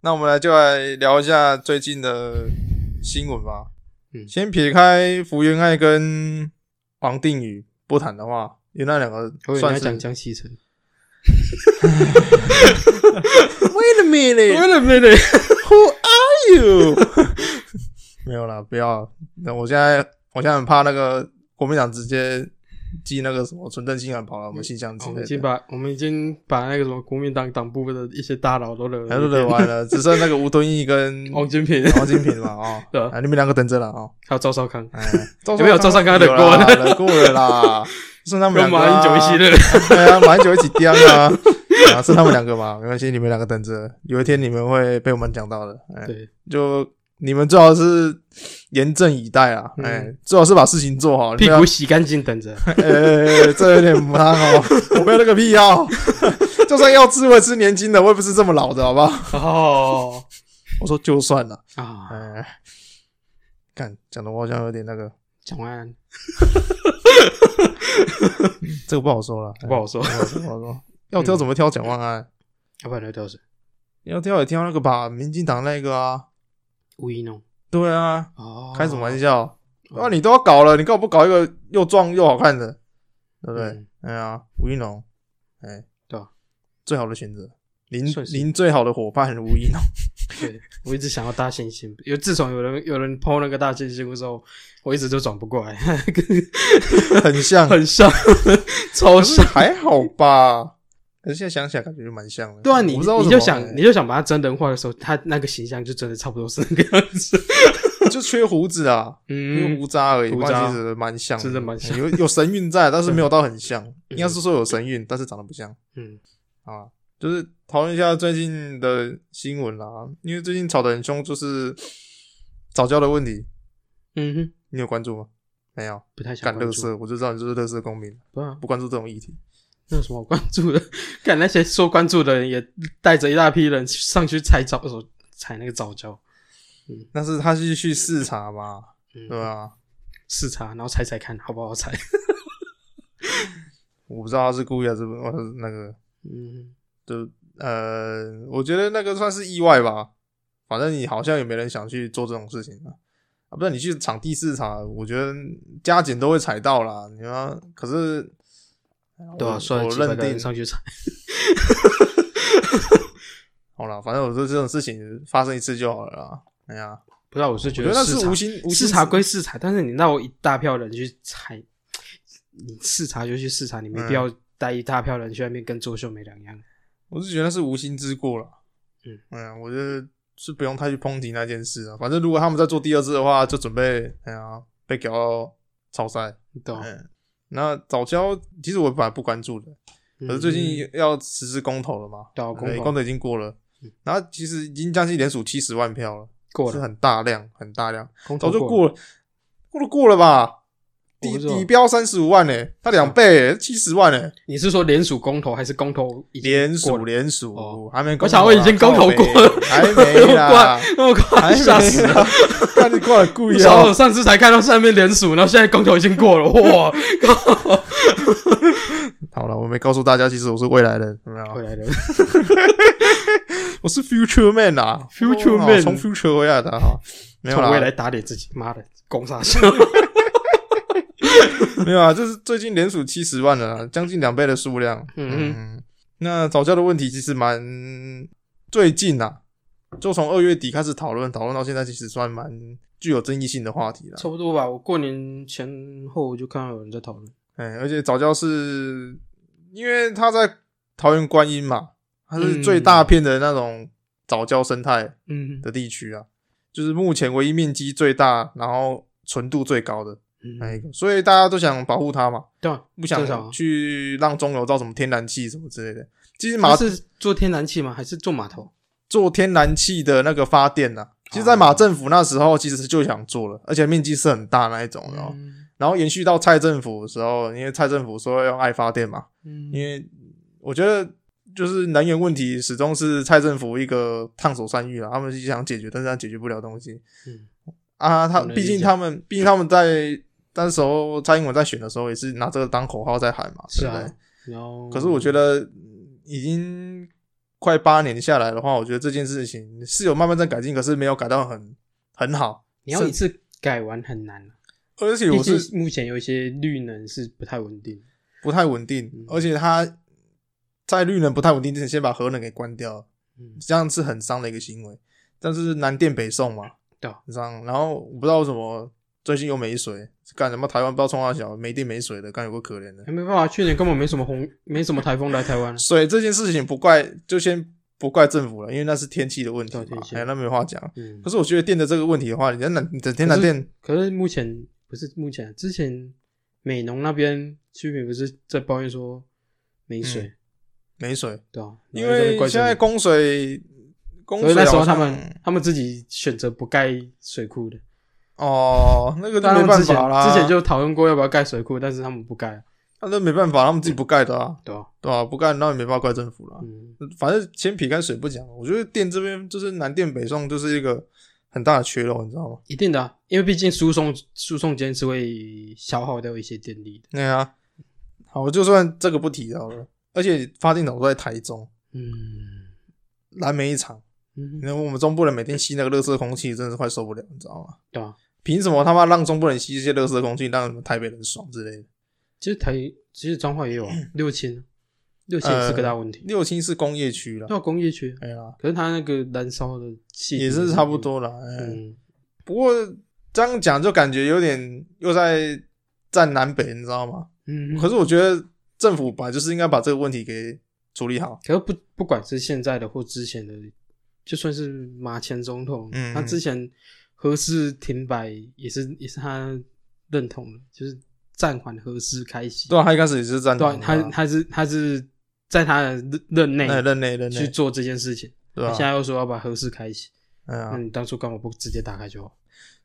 那我们来就来聊一下最近的新闻吧。嗯先撇开福原爱跟王定宇不谈的话，因为那两个我以为你算要是讲江西城。 Wait a minute, a minute， who are you？没有啦，不要。那我现在我现在很怕那个国民党直接寄那个什么纯正信函跑到我们信箱之我类们已的经。把我们已经把那个什么国民党党部的一些大佬都惹还是惹完了，只剩那个吴敦义跟 王金 平，王金平了啊、对哦，啊，你们两个等着了啊、哦！还有赵少康， 哎，有没有赵尚刚有惹过啦？ 惹过了 啦，是他们跟两个、马啊。英九一起的，的。对啊，马英九一起叼啊， 啊，是他们两个嘛？没关系，你们两个等着，有一天你们会被我们讲到的。哎，对，就你们最好是严阵以待啊！嗯哎，最好是把事情做好，屁不要股洗干净，等 着。哎哎哎哎这有点不太好， 我没有那个必要。 就算要吃，我也吃年轻的，我也不是这么老的，好不好？哦我说就算了，啊，哎，看讲的我好像有点那个，蒋万安这个不好说了，哎不好说，不好说，不好说。要挑怎么挑蒋万 安？要不然来挑谁？要挑也挑那个吧，民进党那个啊。吴一农。对啊，哦，开什么玩笑？哦啊，你都要搞了，你干嘛不搞一个又壮又好看的？对不对？嗯？哎呀，吴一农，哎，对啊，最好的选择，您算是您最好的伙伴吴 一农，对，我一直想要大猩猩，有自从有人有人抛那个大猩猩之后，我一直都转不过来， 很像，很像， 超可是像。还好吧？可是现在想起来，感觉就蛮像的。对啊，我你不知道为什你么哎就想你就想把它真人化的时候，它那个形象就真的差不多是那个样 子。哎就缺胡子啊，缺嗯，胡渣而已，胡不然渣其实蛮像，真的蛮像有有神韵在，但是没有到很像，应该是说有神韵，但是长得不像嗯，啊。就是讨论一下最近的新闻啦，因为最近吵得很凶，就是早教的问题，嗯哼，你有关注吗？没有，不太想干关乐注。色，我就知道你就是乐色公民，对啊，不关注这种议题。那有什么好关注的？看那些说关注的人也带着一大批人上去踩早手，踩那个早教，但是他是去视察嘛，嗯，对啊，视察，然后踩踩看好不好踩。我不知道他是故意还是不还是那个，嗯，就呃，我觉得那个算是意外吧。反正你好像也没人想去做这种事情啊，啊，不然你去场地视察，我觉得加减都会踩到啦。你要可是，对嗯啊，我算了我几百认个人定上去踩。好了，反正我说这种事情发生一次就好了啦。哎呀，不知道，我是我觉觉得得那视是察无心无心视察归视察，但是你让我一大票人去踩，你视察就去视察，你没嗯必要带一大票人去那边跟作秀没两样。我是觉得那是无心之过了。嗯哎呀，我觉得是不用太去抨击那件事啊。反正如果他们再做第二次的话，就准备哎呀被搞到超赛。你懂？嗯，那早教其实我本来不关注的，可是最近要实施公投了嘛，对啊嗯公对投嗯公投已经过了，然后其实已经将近连署七十万票了，过是了，很大量很大量，公早投就了，过了，过了过了吧。我底不知道底标三十五万呢、他两倍七、十万呢、你是说联署公投还是公投已经联过署了？联署、哦还没公投啊，我想问已经公投过了靠北还没 啦，那么快还没吓死 了！啦，看你过来故意然后哦我，上次才看到上面联署，然后现在公投已经过 了，哇！好了，我没告诉大家，其实我是未来人，有没有？回来了，我是 future man 啊 Future 哦 man 从 future 回来的哈，没有从未啦，来打脸自己，妈的，攻杀笑。 没有啊，就是最近连署七十万了啦，将近两倍的数量。嗯嗯，那早教的问题其实蛮最近啊，就从二月底开始讨论，讨论到现在，其实算蛮具有争议性的话题了。差不多吧，我过年前后就看到有人在讨论。哎，而且早教是因为他在桃园观音嘛，它是最大片的那种早教生态嗯的地区啊，就是目前唯一面积最大，然后纯度最高的那一嗯，个，所以大家都想保护它嘛，对啊，哎不正常啊想去让中油造什么天然气什么之类的。其实马马是做天然气吗？还是做码头？做天然气的那个发电呐、哦啊，其实在马政府那时候其实就想做了，而且面积是很大那一种，然后嗯然后延续到蔡政府的时候，因为蔡政府说要用爱发电嘛。因嗯，为我觉得就是能源问题始终是蔡政府一个烫手山芋啊，他们是想解决，但是他解决不了东西。嗯啊，他我能毕理竟解他们，毕竟他们在那时候蔡英文在选的时候也是拿这个当口号在喊嘛，是对不啊对。然后可是我觉得嗯已经快八年下来的话，我觉得这件事情是有慢慢在改进，可是没有改到很很好。你要一次改完很难、啊，而且毕我竟 是目前有一些绿能是不太稳定。不太稳定，嗯而且它在绿能不太稳定之前，先把核能给关掉了，嗯，这样是很伤的一个行为。但是南电北送嘛，对啊很伤。然后我不知道为什么最近又没水，干什么台湾不知道冲啊小没电没水的，干有个可怜的。还没办法，去年根本没什么红，没什么台风来台湾啊、水这件事情不怪，就先不怪政府了，因为那是天气的问题对嘛天，气哎，那没话讲。嗯可，是我觉得电的这个问题的话，你在南你整天可南是电可是目前不是目前，之前美农那边居民不是在抱怨说没水，嗯没水，对啊，因然后就在为怪现在政府供水，供所水以那时候好他像们他们自己选择不盖水库的，哦，那个就但他没们办之前法啦，之前就讨论过要不要盖水库，但是他们不盖啊，那都没办法，他们自己不盖的啊，对啊，对吧、不盖那也没办法怪政府啦。嗯，反正先撇开水不讲，我觉得电这边就是南电北送就是一个很大的缺漏，你知道吗？一定的啊、因为毕竟输送输送间是会消耗掉一些电力的，对啊，好，我就算这个不提到了，而且发电厂都在台中嗯燃煤一厂。嗯，那我们中部人每天吸那个热色空气，真的是快受不了，你知道吗？对啊，凭什么他妈让中部人吸这些热色空气，让你们台北人爽之类的？其实台其实彰化也 有啊，六轻六轻也是个大问题，六轻是工业区啦，到工业区。哎呀，可是它那个燃烧的气体也是差不，多啦。哎，嗯，不过这样讲就感觉有点又在站南北，你知道吗？嗯，可可是我觉得政府吧，就是应该把这个问题给处理好。可是不不管是现在的或之前的，就算是马前总统，嗯他之前核适停摆也是也是他认同的，就是暂缓核适开启，对啊，他一开始也是站嗯对啊，南他嘛他是他是在他的任任内哎任内任去内，做这件事情，对他啊现，在又说要把核适开启，哎呀那，你当初干嘛不直接打开就好？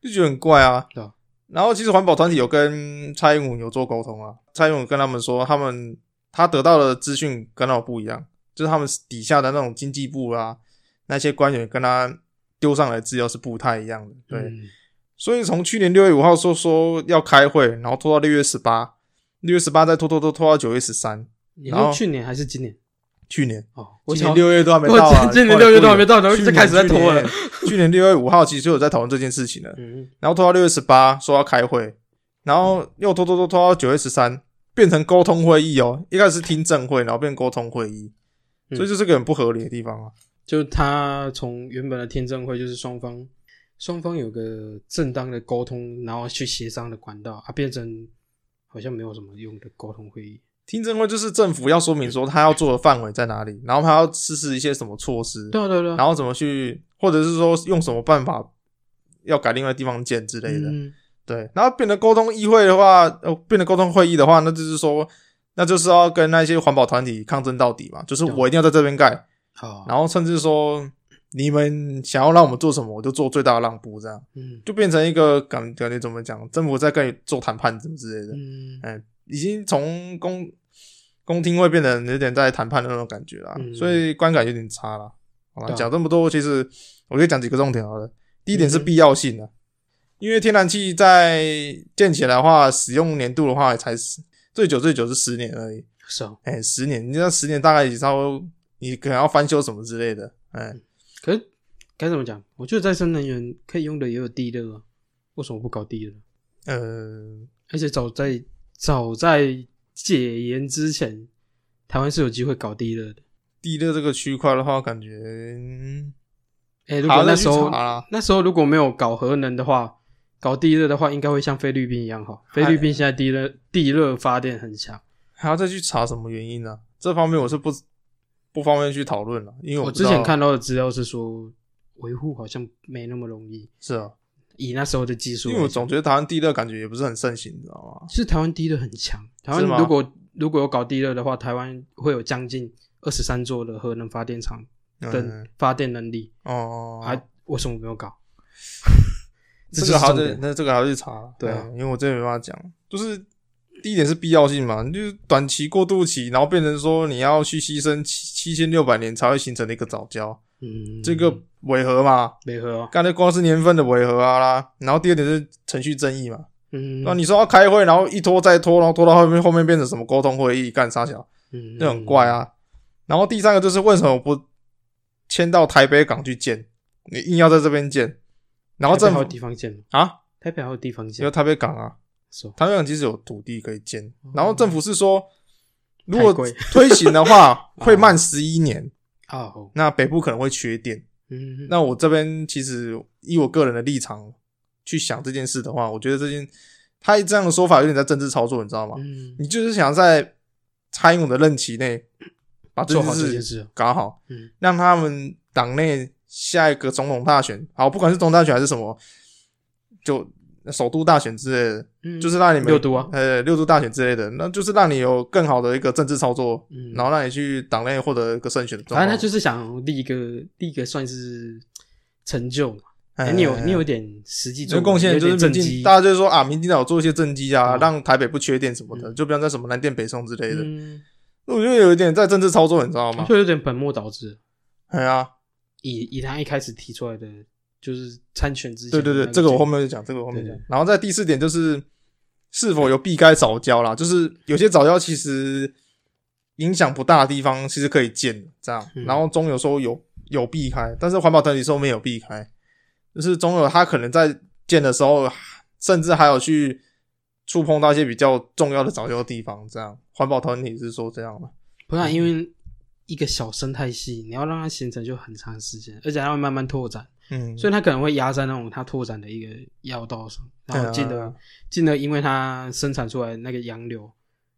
就觉得很怪啊。对啊然后其实环保团体有跟蔡英文有做沟通啊，蔡英文跟他们说，他们他得到的资讯跟他们不一样，就是他们底下的那种经济部啊，那些官员跟他丢上来的资料是不太一样的。对，嗯，所以从去年六月五号说说要开会，然后拖到六月十八，六月十八再拖拖拖拖到九月十三，你然说后去年还是今年？去年。哦，我今想年六月都还没到啊我！今年靠六月都还没你到然后去就年开始在去拖了年。去年六月五号其实就有在讨论这件事情了，嗯，然后拖到六月十八说要开会，然后又拖拖拖拖到九月十三，变成沟通会议哦。一开始是听证会，然后变沟通会议，嗯所以就是个很不合理的地方啊。就他从原本的听证会，就是双方双方有个正当的沟通，然后去协商的管道啊，变成好像没有什么用的沟通会议。听证会就是政府要说明说他要做的范围在哪里，然后他要实施一些什么措施，对啊，对啊对啊，然后怎么去，或者是说用什么办法要改另外地方建之类的。嗯对，然后变得沟通议会的话，呃，变得沟通会议的话，那就是说，那就是要跟那些环保团体抗争到底嘛，就是对啊我一定要在这边盖，好，然后甚至说你们想要让我们做什么，我就做最大的让步，这样嗯就变成一个感感觉怎么讲，政府在跟你做谈判什么之类的，嗯，嗯，已经从公公听会变得有点在谈判的那种感觉啦，嗯所以观感有点差啦。好了，对啊讲这么多，其实我就讲几个重点好了。第一点是嗯哼必要性啊，因为天然气在建起来的话，使用年度的话也才十最久最久是十年而已。是啊。哎、十年，你那十年大概也差不多，你可能要翻修什么之类的。哎、可是该怎么讲？我觉得再生能源可以用的也有地热啊，为什么不搞地热？呃，而且早在早在解严之前，台湾是有机会搞地热的。地热这个区块的话，感觉嗯哎、如好果再那去时候查啦那时候如果没有搞核能的话，搞地热的话，应该会像菲律宾一样好。菲律宾现在地热地热发电很强，还要再去查什么原因呢、啊这方面我是不不方便去讨论了，因为我不知之道前看到的资料是说维护好像没那么容易，是啊，以那时候的技术因来为讲，我总觉得台湾地热感觉也不是很盛行，你知道吗？是台湾地热很强。台是吗湾如果如果有搞地热的话，台湾会有将近二十三座的核能发电厂嗯的发电能力，哦，还、为什么没有搞？ 这就是个还要重再点。那这个还要去查，对啊嗯因为我真的没办法讲，就是第一点是必要性嘛，就是短期过渡期，然后变成说你要去牺牲七七千六百年才会形成的一个早教，嗯，这个违和嘛，没喝哦。刚才光是年份的违和啊啦，然后第二点是程序正义嘛，嗯，那、你说要开会，然后一拖再拖，然后拖到后面后面变成什么沟通会议干啥小，啊嗯那很怪。啊。然后第三个就是为什么不迁到台北港去建，你硬要在这边建，然后台北政还有府地方建吗，啊，台北还有地方建有，台北港啊，是哦台北港其实有土地可以建哦，然后政府是说，如太果贵推行的 话会慢十一年，啊，哦那北部可能会缺电。嗯，那我这边其实以我个人的立场去想这件事的话，我觉得这件他这样的说法有点在政治操作，你知道吗？嗯你就是想在蔡英文的任期内把这做好这事件事，搞好，嗯让他们党内下一个总统大选，好，不管是总统大选还是什么，就首都大选之类的，嗯，就是让你们六都啊，呃六都大选之类的，那就是让你有更好的一个政治操作，嗯然后让你去党内获得一个胜选的状反况。正他就是想立一个立一个算是成就嘛，哎、哎你有你有点实际这做个贡献有就是民点政进，绩，大家就说啊，民进党有做一些政绩啊，嗯让台北不缺电什么的，嗯就不要在什么南电北送之类的。嗯，那我觉得有一点在政治操作，你知道吗？就有点本末倒置。哎呀，以以他一开始提出来的，就是参选之前对的那对对，建议，这个我后面就讲，这个我后面对讲对。然后在第四点就是是否有避开早教啦，就是有些早教其实影响不大的地方，其实可以建的这样。嗯然后中油说有有避开，但是环保团体说没有避开，就是中油它可能在建的时候，甚至还有去触碰到一些比较重要的早教地方，这样环保团体是说这样嘛？不然因为一个小生态系，你要让它形成就很长时间，而且它会慢慢拓展，嗯，所以它可能会压在那种它拓展的一个要道上，然后进对而啊进而因为它生产出来那个洋流，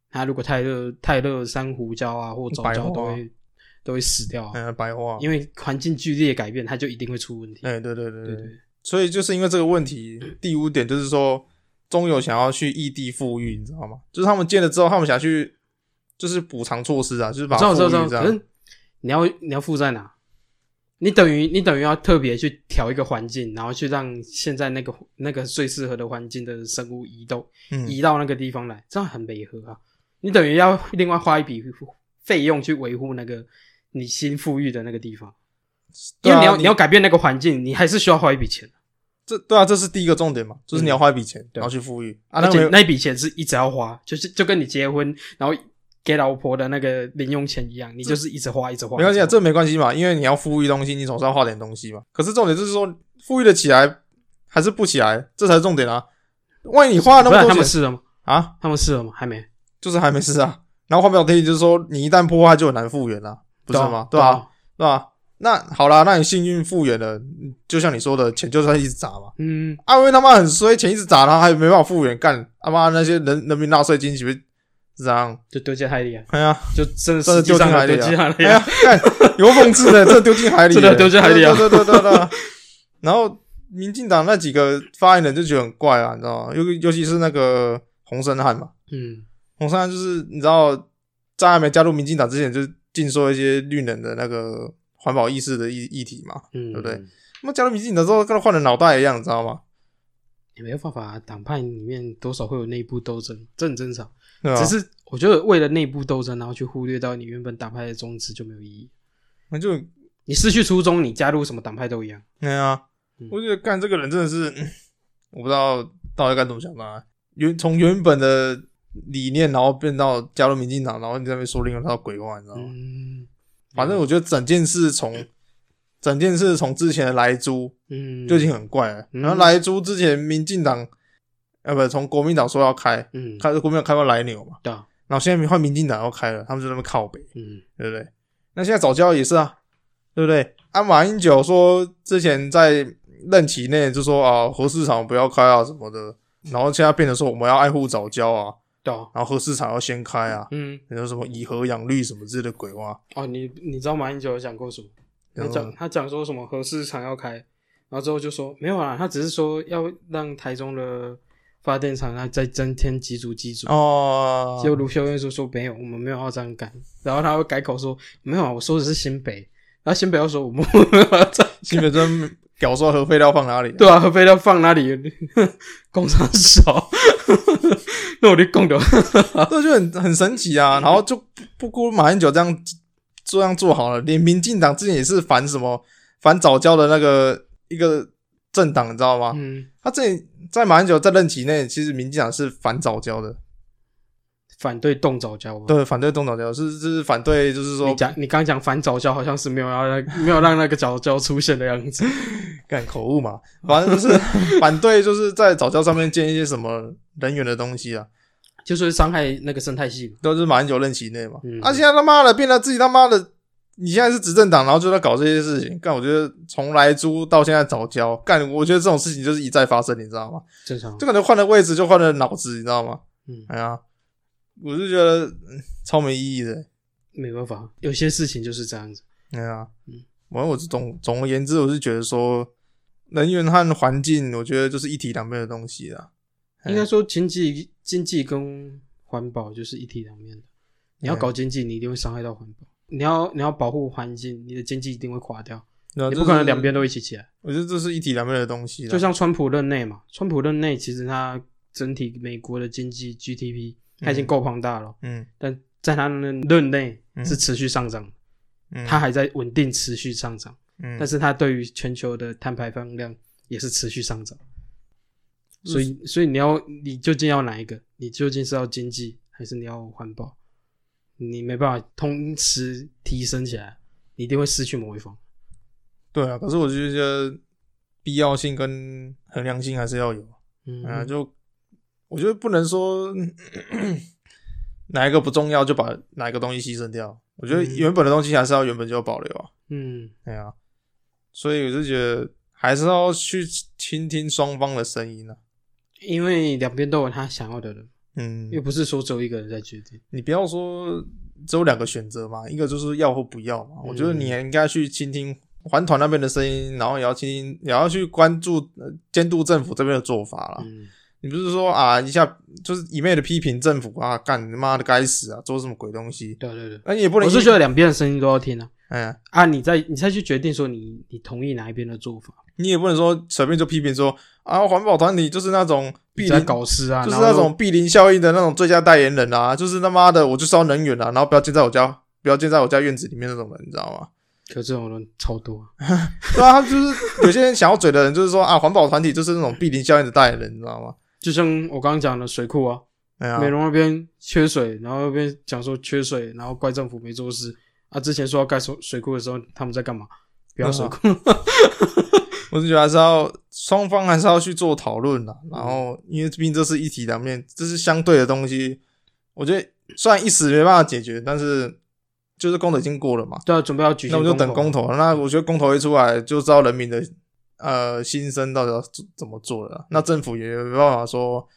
它如果太热太热，珊瑚礁啊或藻白化礁都会都会死掉啊，嗯，白话，因为环境剧烈改变，它就一定会出问题。哎、对对对对对对，所以就是因为这个问题，嗯第五点就是说，中友想要去异地富裕，你知道吗？就是他们建了之后，他们想去就是补偿措施啊，就是把知道它我知富道知道，裕这可样。是你要你要负在哪？你等于你等于要特别去调一个环境，然后去让现在那个那个最适合的环境的生物移动、嗯，移到那个地方来，这样很违和啊！你等于要另外花一笔费用去维护那个你新富裕的那个地方，因对为啊你要你你要改变那个环境，你还是需要花一笔钱，这对啊，这是第一个重点嘛，就是你要花一笔钱，嗯对然后去富裕啊。而那且没那一笔钱是一直要花，就是就跟你结婚然后给老婆的那个零用钱一样，你就是一直花一直花。没关系一啊，直花这没关系嘛，因为你要富裕东西，你总是要花点东西嘛。可是重点就是说，富裕的起来还是不起来，这才是重点啊。万一你花了那不然么他多们钱试了吗？啊，他们试了吗？还没。就是还没事啊。然后环保团体就是说，你一旦破坏就很难复原啦、不是吗？对吧、啊？对吧、那好啦，那你幸运复原了，嗯就像你说的，钱就是一直砸嘛。嗯，啊，因为他妈很衰，钱一直砸，他还没办法复原，干他妈那些人人民纳税金岂不是这样？就丢进海里啊，哎呀，就真的真的实际丢上进海的里丢了进海哎里呀啊，，干有讽刺的，这丢进海里了，真的丢进海里啊对对对对对对。然后民进党那几个发言人就觉得很怪啊，你知道吗？尤尤其是那个洪森汉嘛，嗯，洪山就是你知道，在还没加入民进党之前，就是禁说一些绿能的那个环保意识的议议题嘛。嗯，对不对？那么加入民进党之后，跟他换了脑袋一样，你知道吗？也没有办法，啊党派里面多少会有内部斗争，这很正常。对吧？啊只是我觉得为了内部斗争，然后去忽略到你原本党派的宗旨就没有意义。那就你失去初衷，你加入什么党派都一样。那样、啊嗯，我觉得干这个人真的是，嗯我不知道到底该怎么想他。原从原本的理念，然后变到加入民进党，然后你在那边说另外一套鬼话，你知道吗？嗯，反正我觉得整件事从整件事从之前的莱猪，嗯，就已经很怪了。嗯然后莱猪之前，民进党呃不从国民党说要开，嗯，开国民党开到莱牛嘛，对啊，然后现在换民进党要开了，他们就在那边靠北，嗯对不对？那现在早教也是啊，对不对？啊，马英九说之前在任期内就说啊，核市场不要开啊什么的，然后现在变成说我们要爱护早教啊，对啊，然后核市场要先开啊，嗯，然后什么以核养绿什么之类的鬼话，哦，你你知道马英九有讲过什么？他然后讲他讲说什么核市场要开，然后之后就说没有啦，他只是说要让台中的发电厂啊再增添几组机组。哦结，果卢秀燕就说没有，我们没有要这样干。然后他又改口说没有啊，我说的是新北。然后新北又说我们没有要这样，基本上屌说核废料放哪里啊？对啊，合肥要放哪里？工厂少，那我就供的。这就很很神奇啊！然后就不不顾马英九这样这样做好了，连民进党之前也是反什么反早教的那个一个政党，你知道吗？嗯，嗯他之前在马英九在任期内，其实民进党是反早教的，反对动早教吧？对，反对动早教是是反对，就是说你讲你刚讲反早教，好像是没有要让没有让那个早教出现的样子。 干口误嘛，反正就是反对，就是在早教上面建一些什么人员的东西 啊，就是伤害那个生态系嘛。都是马英九任期内嘛。嗯啊，现在他妈的变得自己他妈的，你现在是执政党，然后就在搞这些事情，干，我觉得从来猪到现在早教，干，我觉得这种事情就是一再发生，你知道吗？正常啊就。可能换了位置就换了脑子，你知道吗？嗯，哎呀，我是觉得嗯超没意义的。没办法，有些事情就是这样子。对啊，嗯反正我是总总而言之，我是觉得说，能源和环境，我觉得就是一体两面的东西啊啦。应该说经济经济跟环保就是一体两面的。你要嗯搞经济，你一定会伤害到环保；你要你要保护环境，你的经济一定会垮掉。那你这不可啊能呃是两边，都一起起来。我觉得这是一体两面的东西啦。就像川普任内嘛，川普任内其实他整体美国的经济 GDP 他已经够庞大了，嗯，但在他的任内嗯是持续上涨的，嗯他，还在稳定持续上涨，嗯但是他对于全球的碳排放量也是持续上涨。嗯所以，所以你要你究竟要哪一个？你究竟是要经济还是你要环保？你没办法同时提升起来，你一定会失去某一方。对啊，可是我就觉得必要性跟衡量性还是要有。嗯，啊，就我觉得不能说 哪一个不重要就把哪一个东西牺牲掉。我觉得嗯原本的东西还是要原本就要保留啊。嗯，对啊，所以我就觉得还是要去倾听双方的声音啊。因为两边都有他想要的人。嗯，又不是说只有一个人在决定。你不要说只有两个选择嘛，一个就是要或不要嘛。我觉嗯得你也应该去倾听环团那边的声音，然后也要倾听，也要去关注呃监督政府这边的做法啦。嗯，你不是说啊一下就是一昧的批评政府啊，干你妈的该死啊，做什么鬼东西？对啊对对，那、你也不能我一，是觉得两边的声音都要听啊哎呀，啊！你再你再去决定说你你同意哪一边的做法，你也不能说随便就批评说啊环保团体就是那种你避在邻搞事啊，就是然后那种避邻效应的那种最佳代言人啊，就是他妈的，我就是要能源啊，然后不要建在我家，不要建在我家院子里面那种人，你知道吗？可这种人超多啊。 对啊，他就是有些人想要嘴的人，就是说啊，环保团体就是那种避邻效应的代言人，你知道吗？就像我刚刚讲的水库啊，哎呀美，容那边缺水，然后那边讲说缺水，然后怪政府没做事啊。之前说要盖水水库的时候，他们在干嘛？不要水库，我是觉得还是要双方还是要去做讨论啦。然后，因为毕竟这是一体两面，这是相对的东西。我觉得虽然一时没办法解决，但是就是公投已经过了嘛， 对啊，准备要举那行我们公就投，等公投。那我觉得公投一出来，就知道人民的呃心声到底要怎怎么做了啦。啊那政府也没办法说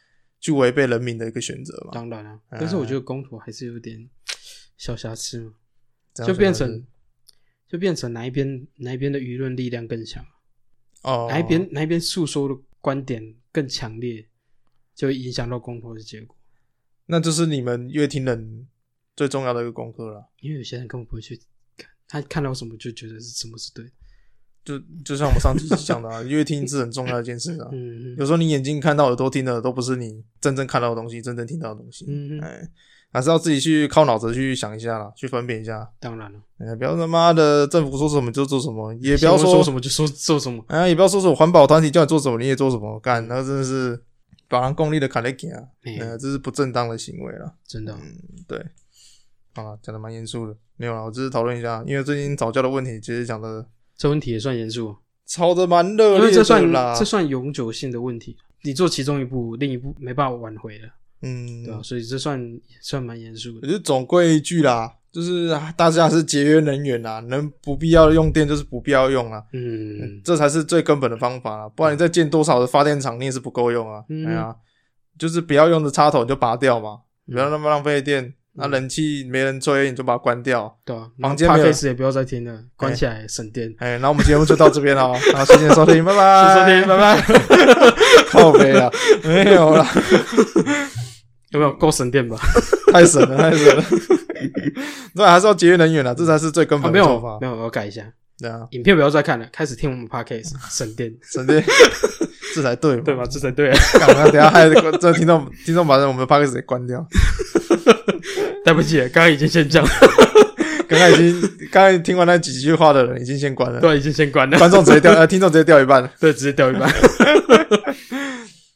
去违背人民的一个选择嘛，当然啊，嗯但是我觉得公投还是有点小瑕疵嘛，这样就变选择成就变成哪一边哪一边的舆论力量更强。哦哪一边哪一边诉说的观点更强烈，就会影响到公投的结果。那就是你们乐听人最重要的一个功课了。因为有些人根本不会去看，他看到什么就觉得是什么是对的。就就像我们上期讲 的、啊，乐听是很重要的一件事啊。嗯有时候你眼睛看到、耳朵听的都不是你真正看到的东西，真正听到的东西。嗯，嗯，哎，还是要自己去靠脑子去想一下啦，去分辨一下。当然了，哎，不要他妈的政府说什么就做什么，也不要新闻说什么，么就说做什么。哎呀，也不要说什么环保团体叫你做什么你也做什么，干那真的是把人功利的卡勒给啊，哎、呃，这是不正当的行为了。真的，嗯，对。啊，讲的蛮严肃的，没有啦，我只是讨论一下，因为最近早教的问题，其实讲的这问题也算严肃，吵得蛮热因烈为的这算啦这。算永久性的问题。你做其中一步，另一步没办法挽回了，嗯对，吧、所以这算算蛮严肃我的。就总归一句啦，就是啊大家还是节约能源啦，能不必要的用电就是不必要用啦，嗯，这才是最根本的方法啊啦。不然你再建多少的发电厂，你也是不够用啊。嗯哎呀，就是不要用的插头你就拔掉嘛，不要那么浪费电。那、嗯冷气没人吹，你就把它关掉。对啊，房间没咖有啡时也不要再听了，关起来省电。哎，那我们节目就到这边了，好，谢谢收听，拜拜，谢谢收听拜拜， 靠背了，没有了，有没有够省 电吧？太神了，太 神了，对，啊还是要节约能源了，这才是最根啊，本没的做有法，没有，我要改一下。对啊。影片不要再看了，开始听我们 podcast 省电，省 电，这才对嘛？对吧？这才对啊，干嘛？等一下害这听众听众把我们的 p o d c a s 给关掉。 对不起，刚刚已经先讲了，刚刚已经刚才听完那几句话的人已经先关了， 对，已经先关了，观众直接掉，呃，听众直接掉一半。对，直接掉一半。